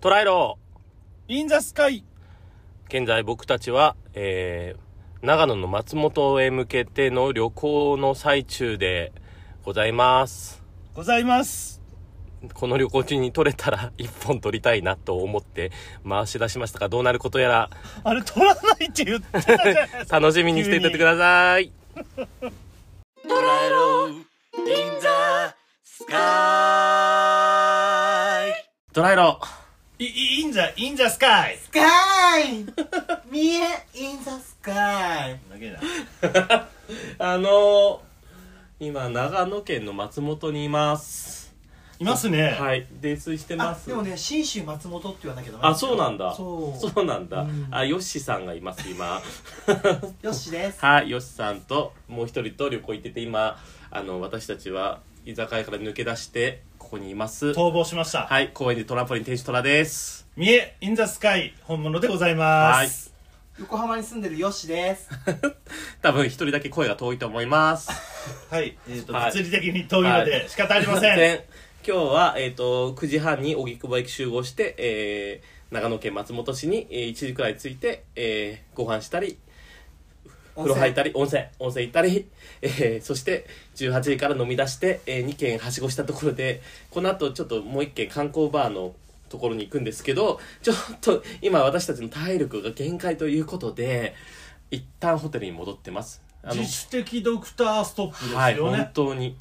トライロインザスカーイ現在僕たちは、えー、長野の松本へ向けての旅行の最中でございます。ございます。この旅行中に撮れたら 一本撮りたいなと思って回し出しましたが、どうなることやらあれ、取らないって言ってたじゃないですか。楽しみにしていてください。トライローインザスカイトライロいいインザ、インザスカイスカイ見えインザスカイだけだ。あのー、今、長野県の松本にいます。いますね。はい。泥酔してまあす。でもね信州松本って言わなきゃダメあ、そうなんだ。そうそうなんだ。うんあ、ヨッシーさんがいます、今。 よしですはい、ヨシさんともう一人と旅行行ってて今あの私たちは居酒屋から抜け出してここにいます逃亡しました。はい公園でトランポリン店主トラです三重、インザスカイ、本物でございまはいす。横浜に住んでるよしです多分一人だけ声が遠いと思いますはい。えっ、と、はい物理的に遠いのはでい仕方ありません。今日は、えー、と9時半に荻窪駅集合して、えー長野県松本市に、えー1時くらい着いて、えーご飯したり風呂入ったり温泉温泉行ったり、えーそして18時から飲み出して、え2軒はしごしたところでこの後ちょっともう1軒観光バーのところに行くんですけどちょっと今私たちの体力が限界ということで一旦ホテルに戻ってますあの自主的ドクターストップですはいよね。本当に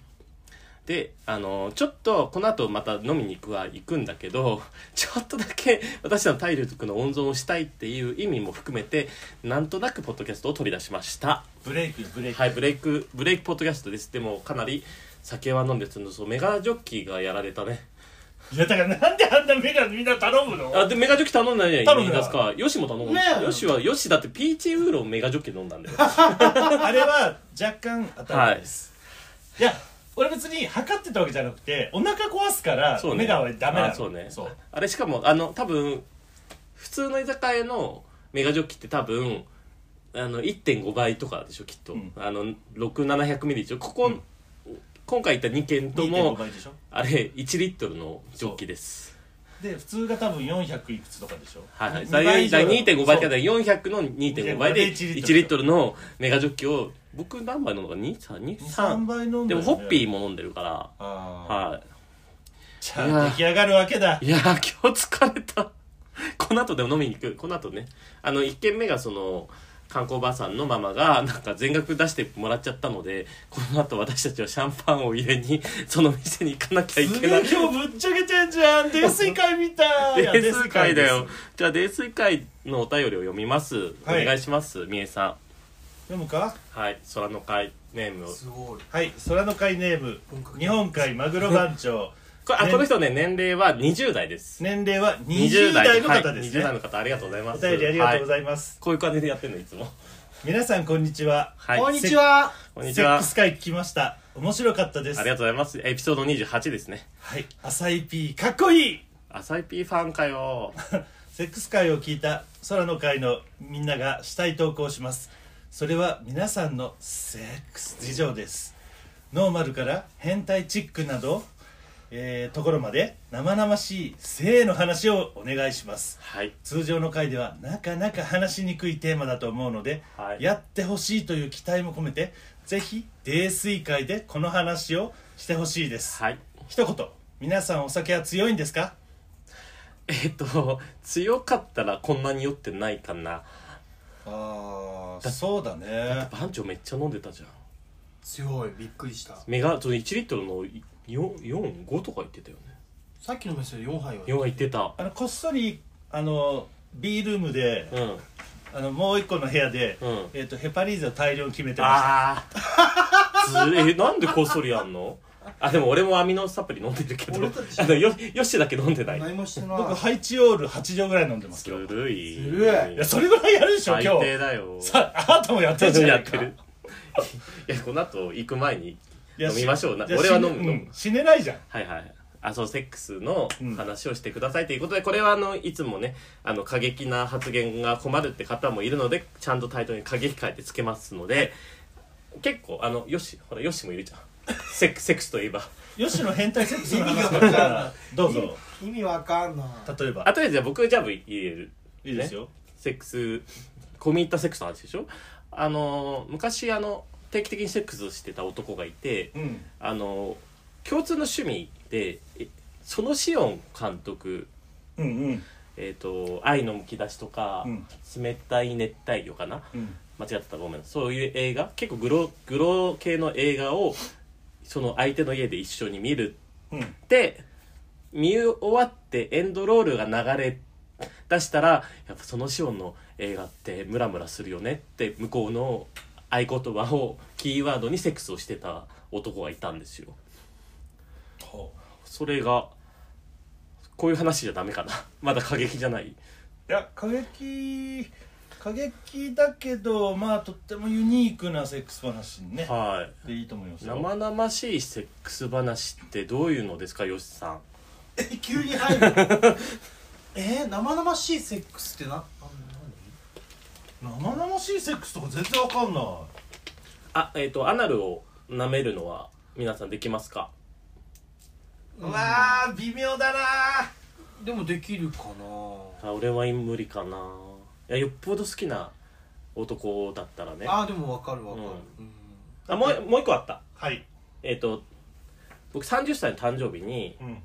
であのちょっとこの後また飲みに行くは行くんだけどちょっとだけ私の体力の温存をしたいっていう意味も含めてなんとなくポッドキャストを取り出しましたブレイク、ブレイク。はいブレイクブレイクポッドキャストですでもかなり酒は飲んでそのそうメガジョッキーがやられたねいや、だからなんであんな目がみんな頼むのあでメガジョッキー頼んだね頼んだいいですかヨシも頼むねえヨシはヨシだってピーチウーロンメガジョッキー飲んだん だよあれは若干当たはりいです。い、や、俺別に測ってたわけじゃなくて、お腹壊すから、そうね目がダメなの。あそうねそう。あれしかもあの多分普通の居酒屋のメガジョッキって多分あの1.5倍とかでしょきっと、うんあの6700ミリでしょここ、今回行った2軒と2.5も倍でしょあれ1リットルのジョッキですで普通が多分400いくつとかでしょはいはい、二倍以上第2.5倍ってそ方う400の2.5倍で1 1リリットルットルのメガジョッキを僕何杯飲むのか23 233倍飲んでだよもねホッピーも飲んでるからあはあじゃあ出来上がるわけだいいやー今日疲れたこの後でも飲みに行くこの後ねあの1軒目がその観光ばあさんのママがなんか全額出してもらっちゃったのでこの後私たちはシャンパンを入れにその店に行かなきゃい すけげなえい今日ぶっちゃけてん じゃん泥酔会みたいいや泥酔会だよですじゃあ泥酔会のお便りを読みます、はいお願いしますみえさん読むかはい、空の会ネームを。すごいはい空の会ネーム本格日的本海マグロ番長これあねこの人ね、年齢は20代です。年齢は20代の方はですい、20ね代の方、ありがとうございまおす。便りありがとうごはざいますいこういう感じでやってんの、いつ も。皆さんこんにちははい。こんにちはこんにちセッはク。ス会聞きました面白かったですありがとうございます。エピソード28ですね。はい浅い P かっこいい浅井 P ファンかよ。セックス会を聞いた空の会のみんながしたい投稿をしますそれは皆さんのセックス事情ですノーマルから変態チックなど、えーところまで生々しい性の話をお願いしますはい。通常の回ではなかなか話しにくいテーマだと思うので、はいやってほしいという期待も込めてぜひ泥酔会でこの話をしてほしいです、はい。一言皆さんお酒は強いんですかえっと、強かったらこんなに酔ってないかな。ああそうだね番長めっちゃ飲んでたじゃん。強いびっくりしたメガ、その1リットルの4、4、5とか言ってたよね。さっきの飯で4杯は4は言ってた。あのこっそりあの B ルームでうん。うん。あのもう一個の部屋で、えっとヘパリーゼを大量に決めてまああ ずえなんでこっそりやんのあでも俺もアミノサプリ飲んでるけど俺たちあのよよしだけ飲んでない何もしてないした僕ハイチオール8錠ぐらい飲んでますずけどいるいずるいやそれぐらいやるでしょ最今低日だよさあなたもやってるじゃなやっいか てるいやこの後行く前にいや飲みましょうないや俺は飲む死ね飲むうん死ねないじゃんはいはいあそうセックスのうん話をしてくださいということで、これはあのいつもねあの過激な発言が困るって方もいるのでちゃんとタイトルに過激会ってつけますので結構あのよしほらよしもいるじゃんセックセックスといえばよしの変態セックスの意話だ味が分かかんないらどうぞ意味わかんない例えあばとりあえずじゃあ僕ジャブ入れるいいですよセックス込み入ったセックスの話でしょあの昔あの定期的にセックスしてた男がいてうんあの共通の趣味でえそのシオン監督うんうんえっ、と「愛のむき出し」とか、うん冷たい熱帯魚」かなうん間違ってたらごめんそういう映画結構グログロ系の映画をその相手の家で一緒に見るうんで見終わってエンドロールが流れ出したらやっぱそのシオンの映画ってムラムラするよねって向こうの合言葉をキーワードにセックスをしてた男がいたんですよほうそれがこういう話じゃダメかな まだ過激じゃないいや過激過激だけどまあとってもユニークなセックス話にねはでいいと思いまいすよ生々しいセックス話ってどういうのですかよしさんえ急に入る えー、生々しいセックスってなな生々しいセックスとか全然わかんないあえっ、とアナルを舐めるのは皆さんできますかうんわあ微妙だな何でもできるかなあ俺は無理かないやよっぽど好きな男だったらねああーでもわかるわかる、もうもう一個あったはいえっ、と僕30歳の誕生日に、うん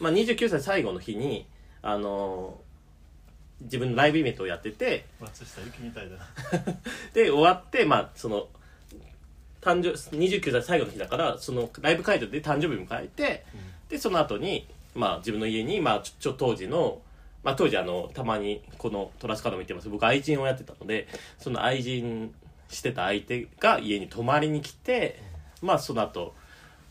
まあ、29歳最後の日にあのー自分のライブイベントをやってて松下由紀みたいだなで終わってまあその誕生29歳最後の日だからそのライブ会場で誕生日迎えて、でその後にまあ自分の家に、まあ、ちょちょ当時の、まあ、当時あのたまにこのトラスカードも言ってます僕愛人をやってたのでその愛人してた相手が家に泊まりに来て、まあその後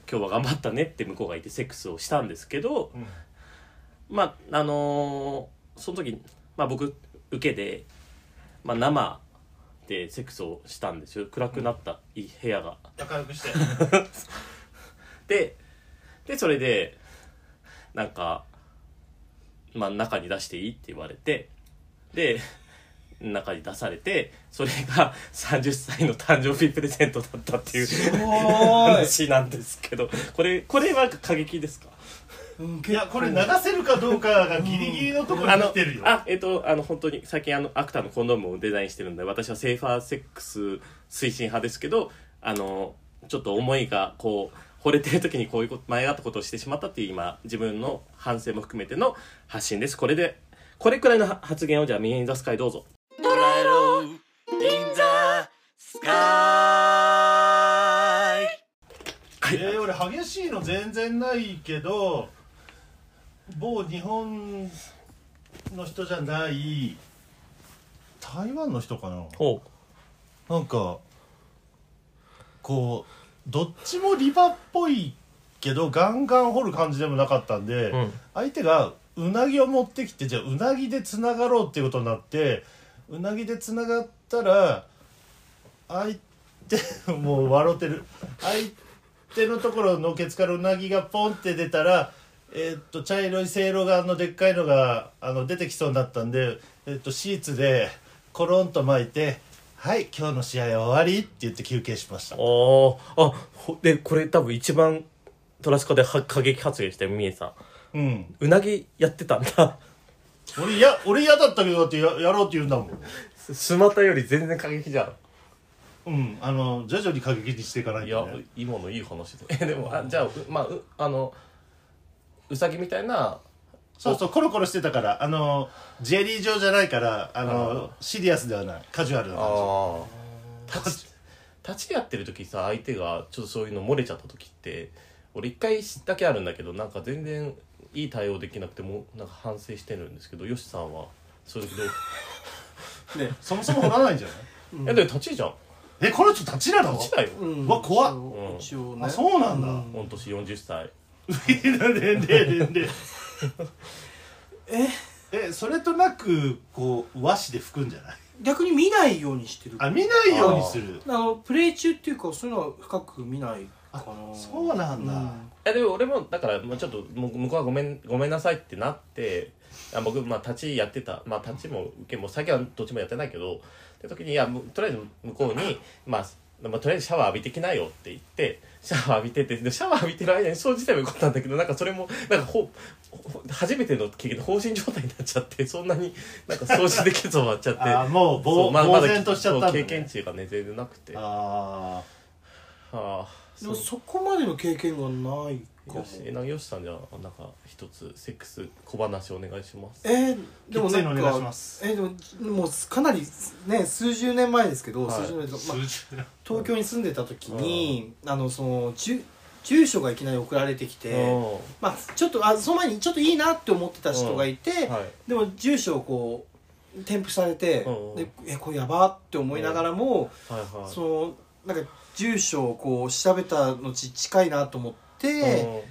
今日は頑張ったねって向こうがいてセックスをしたんですけど、うんまああのーその時、まあ、僕受けで、まあ、生でセックスをしたんですよ暗くなったい部屋が。明るくしてででそれでなんか、まあ、中に出していいって言われてで中に出されてそれが30歳の誕生日プレゼントだったっていうおーい話なんですけどこれこれは過激ですかうん、いやこれ流長せるかどうかがギリギリのところあにの来てるよあえっとあの本当に最近あのアクターのコンドームをデザインしてるんで私はセーファーセックス推進派ですけどあのちょっと思いがこう惚れてる時にこういうこと前がったことをしてしまったっていう今自分の反省も含めての発信ですこれでこれくらいの発言をじゃあミニザスカイどうぞドラえろう in the sky はい、えー、俺激しいの全然ないけど某日本の人じゃない台湾の人かなほなんかこうどっちもリバっぽいけどガンガン掘る感じでもなかったんで、うん相手がうなぎを持ってきてじゃあうなぎでつながろうっていうことになってうなぎでつながったら相手 もう笑ってる相手のところのケツからうなぎがポンって出たらえーっと茶色いせいろがあのでっかいのがあの出てきそうになったんで、えーっとシーツでコロンと巻いて「はい今日の試合は終わり」って言って休憩しましたうおあほでこれ多分一番トラスコでは過激発言したよみえさんうんうなぎやってたんだ俺いや俺嫌だったけどだってややろうって言うんだもんスマタより全然過激じゃんうんあの徐々に過激にしていかないいとやね今のいい話だえでもあじゃあうまあうあのうさぎみたいなそうそうコロコロしてたからあのジェリー状じゃないからあのシリアスではないカジュアルな感あ立ち立ちやってる時さ相手がちょっとそういうの漏れちゃった時って俺一回だけあるんだけどなんか全然いい対応できなくてもうなんか反省してるんですけどよしさんはそういう時どう、じねそもそも掘らないんじゃないえでも立ちじゃんえこの人立ちなの立ちだよ、うんうわ怖っそう一応ねあそうなんだ、御年40歳 ででででええそれとなくこう和紙で拭くんじゃない逆に見ないようにしてるああ見ないようにするのプレイ中っていうかそういうのは深く見ないかなそうなんだ、いやでも俺もだから、まあ、ちょっともう向こうはごめんごめんなさいってなってあ僕、まあ、立ちやってた、まあ、立ちも受けも先はどっちもやってないけどって時にいやもうとりあえず向こうに、まあ、まあ、とりあえずシャワー浴びてきなよって言ってシャワー浴びててでシャワー浴びてる間に掃除自体もよかったんだけどなんかそれもなんかほほ初めての経験で放心状態になっちゃってそんなになんか掃除できず終わっちゃって あーもうぼうそまだまだ呆然としちゃったんだねそう経験値がね全然なくてはあああでもそうそこまでの経験がないかもよしえなよしさんじゃあなんか一つセックス小話お願いしますえー、でもきつないのおん願いしかますえー、でももうかなりね数十年前ですけど、はい数十年前、まあ、数字東京に住んでた時に、あのその住住所がいきなり送られてきて、うんまあ、ちょっとあその前にちょっといいなって思ってた人がいて、はいでも住所をこう添付されて、うんでえこれやばって思いながらも、はいはいそのなんか住所をこう調べた後近いなと思って、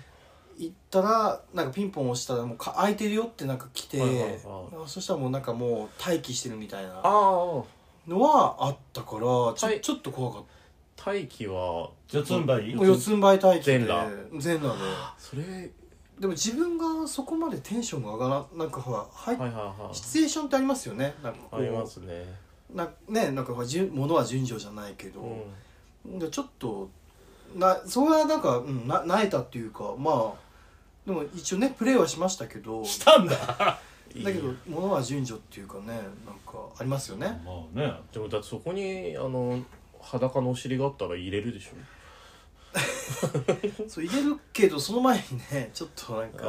行ったらなんかピンポン押したらもうか空いてるよってなんか来て、はいはいはいあそしたらもうなんかもう待機してるみたいあなあのはあったからちょ,、はいちょっと怖かった。大気は四つん這いもう四つん這い待機で全裸全裸それはいででも自分がそこまでテンションが上がらなんかほら入っはいはいシチュエーションってありますよねなんかあこうりますねなねなんかほら順物は順序じゃないけど、うんでちょっとなそれはなんか、うん、な泣いたっていうかまあでも一応ねプレーはしましたけどしたんだだけど物は順序っていうかねなんかありますよねまあねでもだってそこにあの裸のお尻があったら入れるでしょそう入れるけどその前にねちょっとなんかあ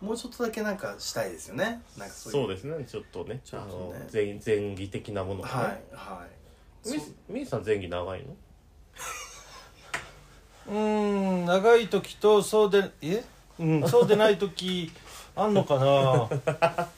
もうちょっとだけなんかしたいですよねなんかそういうそうですねちょっとねちょっあとねの前前儀的なものがはいねはいみそうみーさん前儀長いのうーん長い時とそうでえ、うん、そうでない時あんのかな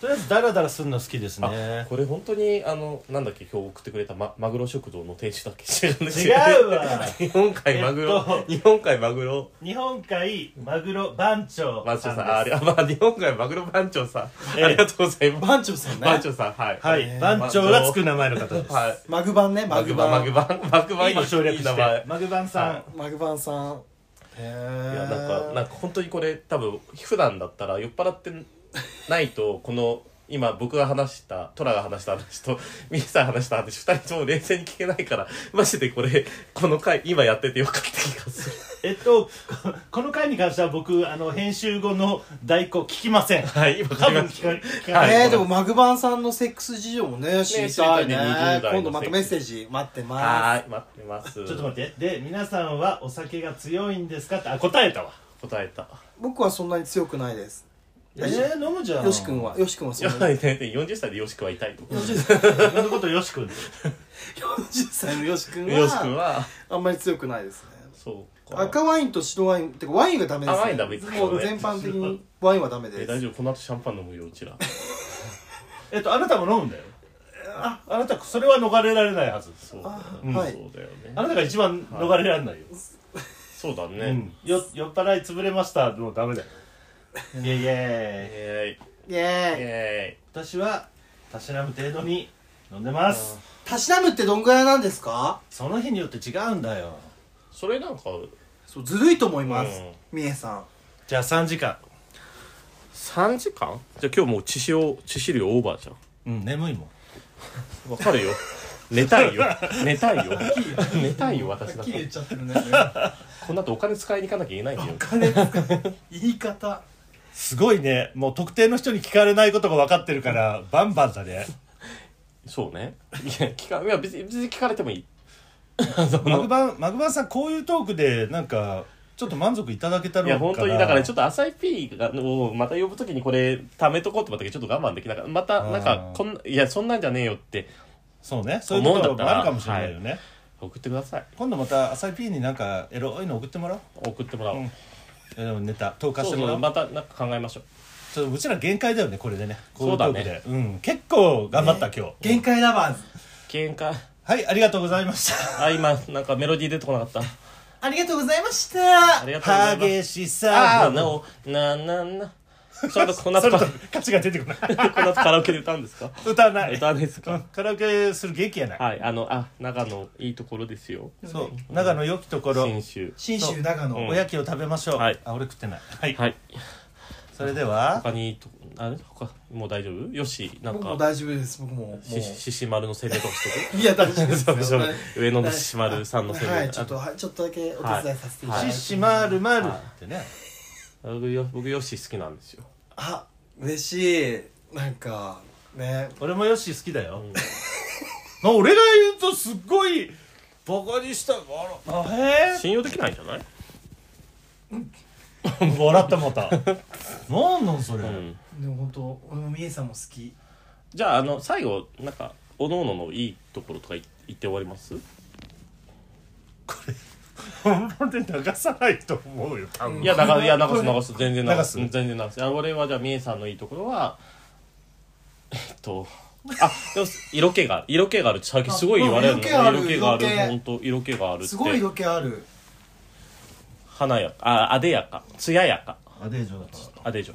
とりあえずダラダラするの好きですねこれ本当にあのなんだっけ今日送ってくれたまマグロ食堂の店主だっけ違うんです違よねう わ日本海マグロ、えっ日と本海マグロ日本海マグロ番長番長さんあさあんれですあ、まあ、日本海マグロ番長さん、ええありがとうございます番長さんね番長さんはいはえいー番長がつく名前の方ですはいマグバンねママググババンンマグバンマグバン今省略していい名前マグバンさんマグバンさんへえいやなんかなんか本当にこれ多分普段だったら酔っ払ってないとこの今僕が話したトラが話した話と ミーさん話した話二人とも冷静に聞けないからマジでこれこの回今やっててよかった気がするえっとここの回に関しては僕あの編集後の代行聞きませんはい今多 聞き分ま聞しか聞かはないいねえでもマグバンさんのセックス事情もね知りたいね知りたいね20代の今度またメッセージ待ってたまはーい待ってますちょっと待ってで皆さんはお酒が強いんですかってあ答えたわ答えたす僕はそんなに強くないですえー、飲むじゃんよし君はよし君はそやんなにいやいや40歳でよしくはいたいとよし俺のことよし君40歳のよし君くんははあんまり強くないですねそうか赤ワインと白ワインってかワインがダメですあワインダメですねもう全般的にワインはダメえで大す丈夫この後シャンパン飲むようちらえっとあなたも飲むんだよああなたそれは逃れられないはずそうあうんはいそうだよあねなたが一番逃れられないよ、そうだうねん、よ酔っ払い潰れましたもうダメだよいやいやえーいイエーイえ私はたしなむ程度に飲んでますたしなむってどんぐらいなんですかその日によって違うんだよーそれなんかそうずるいと思いますうんみえさんじゃあ3時間3時間じゃあ今日もう致死を致死量オーバーじゃんうん眠いもんわかるよ 寝たいよ寝たいよ寝たいよ私だってちゃって るねこの後お金使いに行かなきゃいけないんだよ言い方すごいねもう特定の人に聞かれないことが分かってるからバンバンだねそうねいや聞かいや別に別に聞かれて もいいあマのグバンマグバンさんこういうトークでなんかちょっと満足いただけたのいかやな本当にだからちょっっと浅い P がをまた呼ぶときにこれ貯めとこうと思ったけどちょっと我慢できなかったまたなんあかーこんないやそんなんじゃねえよってそうねそういうところもあるかもしれないよ思うね、送ってください今度また浅井 P になんかエロいの送ってもらおう送ってもらおう、うんいやでもネタ投下しそうてもらそおううまたなんか考えましょうちょっとうちら限界だよねこれでねこいそうだねトークでうん結構頑張った今日限界ラバーズ喧嘩はいありがとうございましたあ今なんかメロディー出てこなかったありがとうございましたありがとうございます激しあさあ、なお、な、な、な。それとこのそ後れか、とこ価値が出てこないの後カラオケで歌うんですか 歌わない 歌わないですかうんカラオケする元気やないはい、あの、あ、長野、いいところですよ。そう長野良きところ信州。信州長野うんおやきを食べましょうはいあ俺食ってないはいはい。それでは他にいいとこ、あれ他もう大丈夫よしなん僕もか大丈夫です僕ももうししし丸の生命とかしていや大丈夫でる すそうでしょはい上野のしし丸さんの生命はいちょっとはいちょっとだけお手伝いさせていただいて、シッシマールマールってねあ僕よ僕よし好きなんですよあ嬉しいなんかね俺もヨッシー好きだよんな俺が言うとすっごいバカにしたあらへ信用できないんじゃないえ笑ったまたなんなんそれうんでも本当俺もみえさんも好きじゃああの最後なんかおのおののいいところとかい言って終わります本番で流さないと思うよ多分いやだからいや流す流す全然流す流す全然流すあ俺はじゃあみえさんのいいところはえっとあでも色気がある色気がある最近すごい言われるのあまあ色色気気ががああるる色気本当色気があるってすごい色気ある華やかああでやか艶やかアデージョだかあでじょ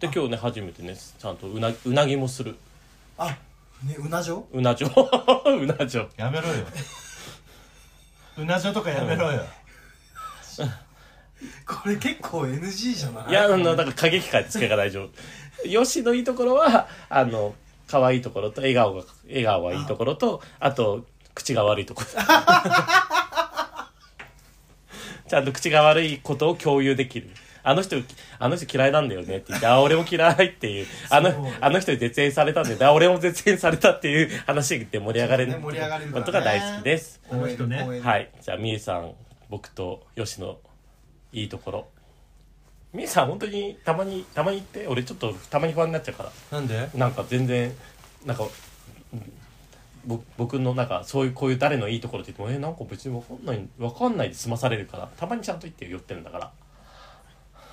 で今日ね初めてねちゃんとうなうなぎもするあねうなじょうなじょう なじょらやめ ろようなじょとかやめろよこれ結構 NG じゃないいや、あの、だから過激感つけが大丈夫。よしのいいところは、あの、可愛いところと、笑顔が、笑顔はいいところと、あと、口が悪いところ。 ちゃんと口が悪いことを共有できる。あの人、あの人嫌いなんだよねって言って、あ、俺も嫌いっていう、あのそう、あの人に絶縁されたんだよね、あ、俺も絶縁されたっていう話で盛り上がれるそうね盛り上がれるからねことが大好きです。この人ね応援はい。じゃあ、みえさん、僕と吉のいいところ。みえさん、本当にたまに、たまに行って、俺ちょっとたまに不安になっちゃうから。なんでなんか全然、なんか、うんぼ僕のなんかそういうこういう誰のいいところって言ってもえなんか別にわかんないわかんないで済まされるからたまにちゃんと言ってよ寄ってるんだから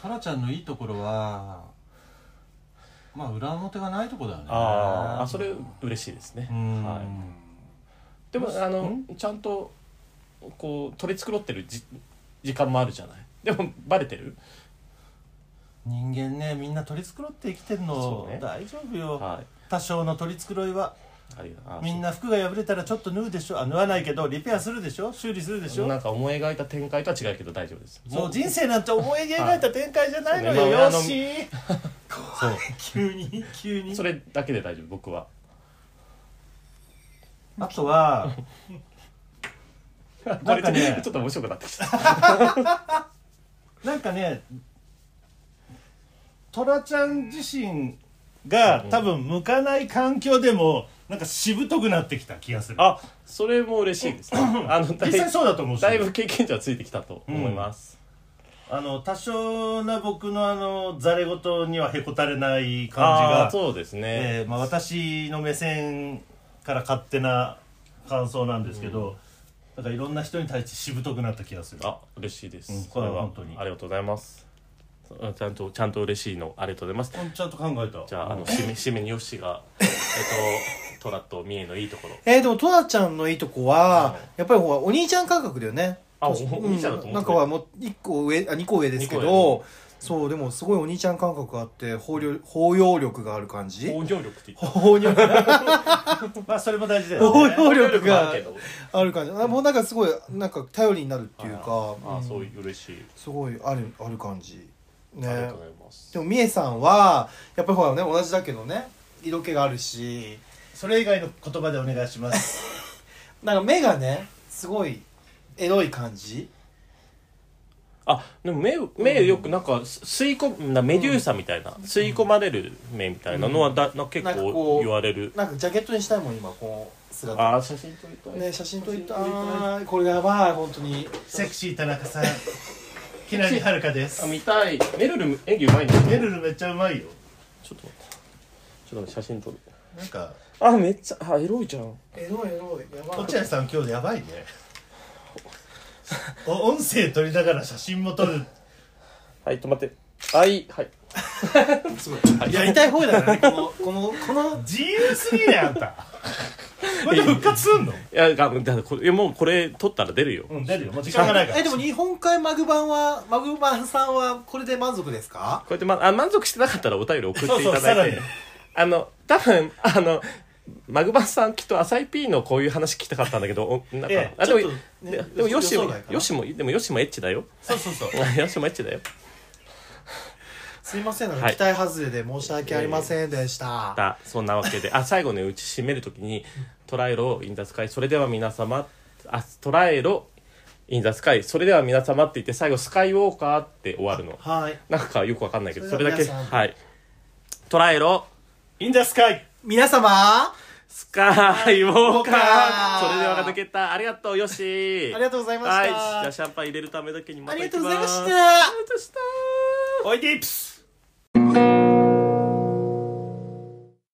タラちゃんのいいところはまあ裏表がないとこだよねあーあそれ嬉しいですねうんはいでもあのちゃんとこう取り繕ってるじ時間もあるじゃないでもバレてる人間ねみんな取り繕って生きてるその、うね大丈夫よはい多少の取り繕いはありがとうあみんな服が破れたらちょっと縫うでしょあ縫わないけどリペアするでしょ修理するでしょなんか思い描いた展開とは違うけど大丈夫ですもう人人生なんて思い描いた展開じゃないのよ、はいよそうしそう急に急にそれだけで大丈夫僕はあとは こなんれちょかねっと面白くなってきたなんかねトラちゃん自身が多分向かない環境でもなんかしぶとくなってきた気がするあそれも嬉しいですねあのだい実際そうだと思うしだいぶ経験値はついてきたと思います、あの多少な僕のあのざれ言にはへこたれないあ感あじが、そうですね、えーまあ、私の目線から勝手な感想なんですけど、なんかいろんな人に対してしぶとくなった気がするあ嬉しいです、うんこれこれはは本当にありがとうございますうんちゃんとちゃんと嬉しいのありがとうございますうんちゃんと考えたじゃああの締め締めによしがえっとトラとミエのいいところえー、でもトラちゃんのいいとこは、やっぱりほらお兄ちゃん感覚だよねあおうんお兄ちゃんだと思ってたなんかはもう一個上あ2個上ですけ二個ど、そうでもすごいお兄ちゃん感覚があって包容包容力がある感じ包容力って言った包容力 まあそれも大事だ包よね容力はがあるけどある感じあもうなんかすごいなんか頼りになるっていうかああそううんいう嬉しい、すごいあるある感じねありがとうございますでもみえさんはやっぱりほらね同じだけどね色気があるしそれ以外の言葉でお願いしますなんか目がねすごいエロい感じあでも目目よくなんかす吸い込むなメデューサみたいな、吸い込まれる目みたいなのはだな結なんかこ構う言われるなんかジャケットにしたいもん今この姿ああ写真撮りたいね写真撮りたいこれやばい本当にセクシー田中さん木南遥香ですあ見たいめるる演技うまいんだよめねるるめっちゃうまいよちょっと待ってちょっと待って写真撮るなんかあめっちゃあエロいじゃんエロいエロいやばい落合さん今日やばいねお音声撮りながら写真も撮るはいちょっと待ってはいはいすご いやりたい方だよねこのこのこの自由すぎねあんた これで復活すんのいやがだこれいやもうこれ撮ったら出るよ、うん出るよもう時間がないからえでも日本海マグ版はマグ版さんはこれで満足ですかこうやって、ま、あ満足してなかったらお便り送っていただいてそうそうさらにあの多分あのマグマさんきっと浅井 P のこういう話聞きたかったんだけどおなんか、ええあでも、ちょっとねででも予よし想も外かな よしもでもよしもエッチだよそうそうそうよしもエッチだよすいません、なんはかい期待外れで申し訳ありませんでした。だそんなわけであ最後ねうち締めるときに「トライロインザスカイそれでは皆様あトライロインザスカイそれでは皆様」って言って最後「スカイウォーカー」って終わるのはい。なんかよくわかんないけどそそれれだではけ皆さんはい「トライロインダスカイ皆様、あスカイウォーカウォーー」カーそれではが抜けたありがとうよしりがとうございまはいしじた。ゃあシャンパン入れるためだけにまあたり行きがとうまごすざいまあしりがとた。うございましたおいでいプス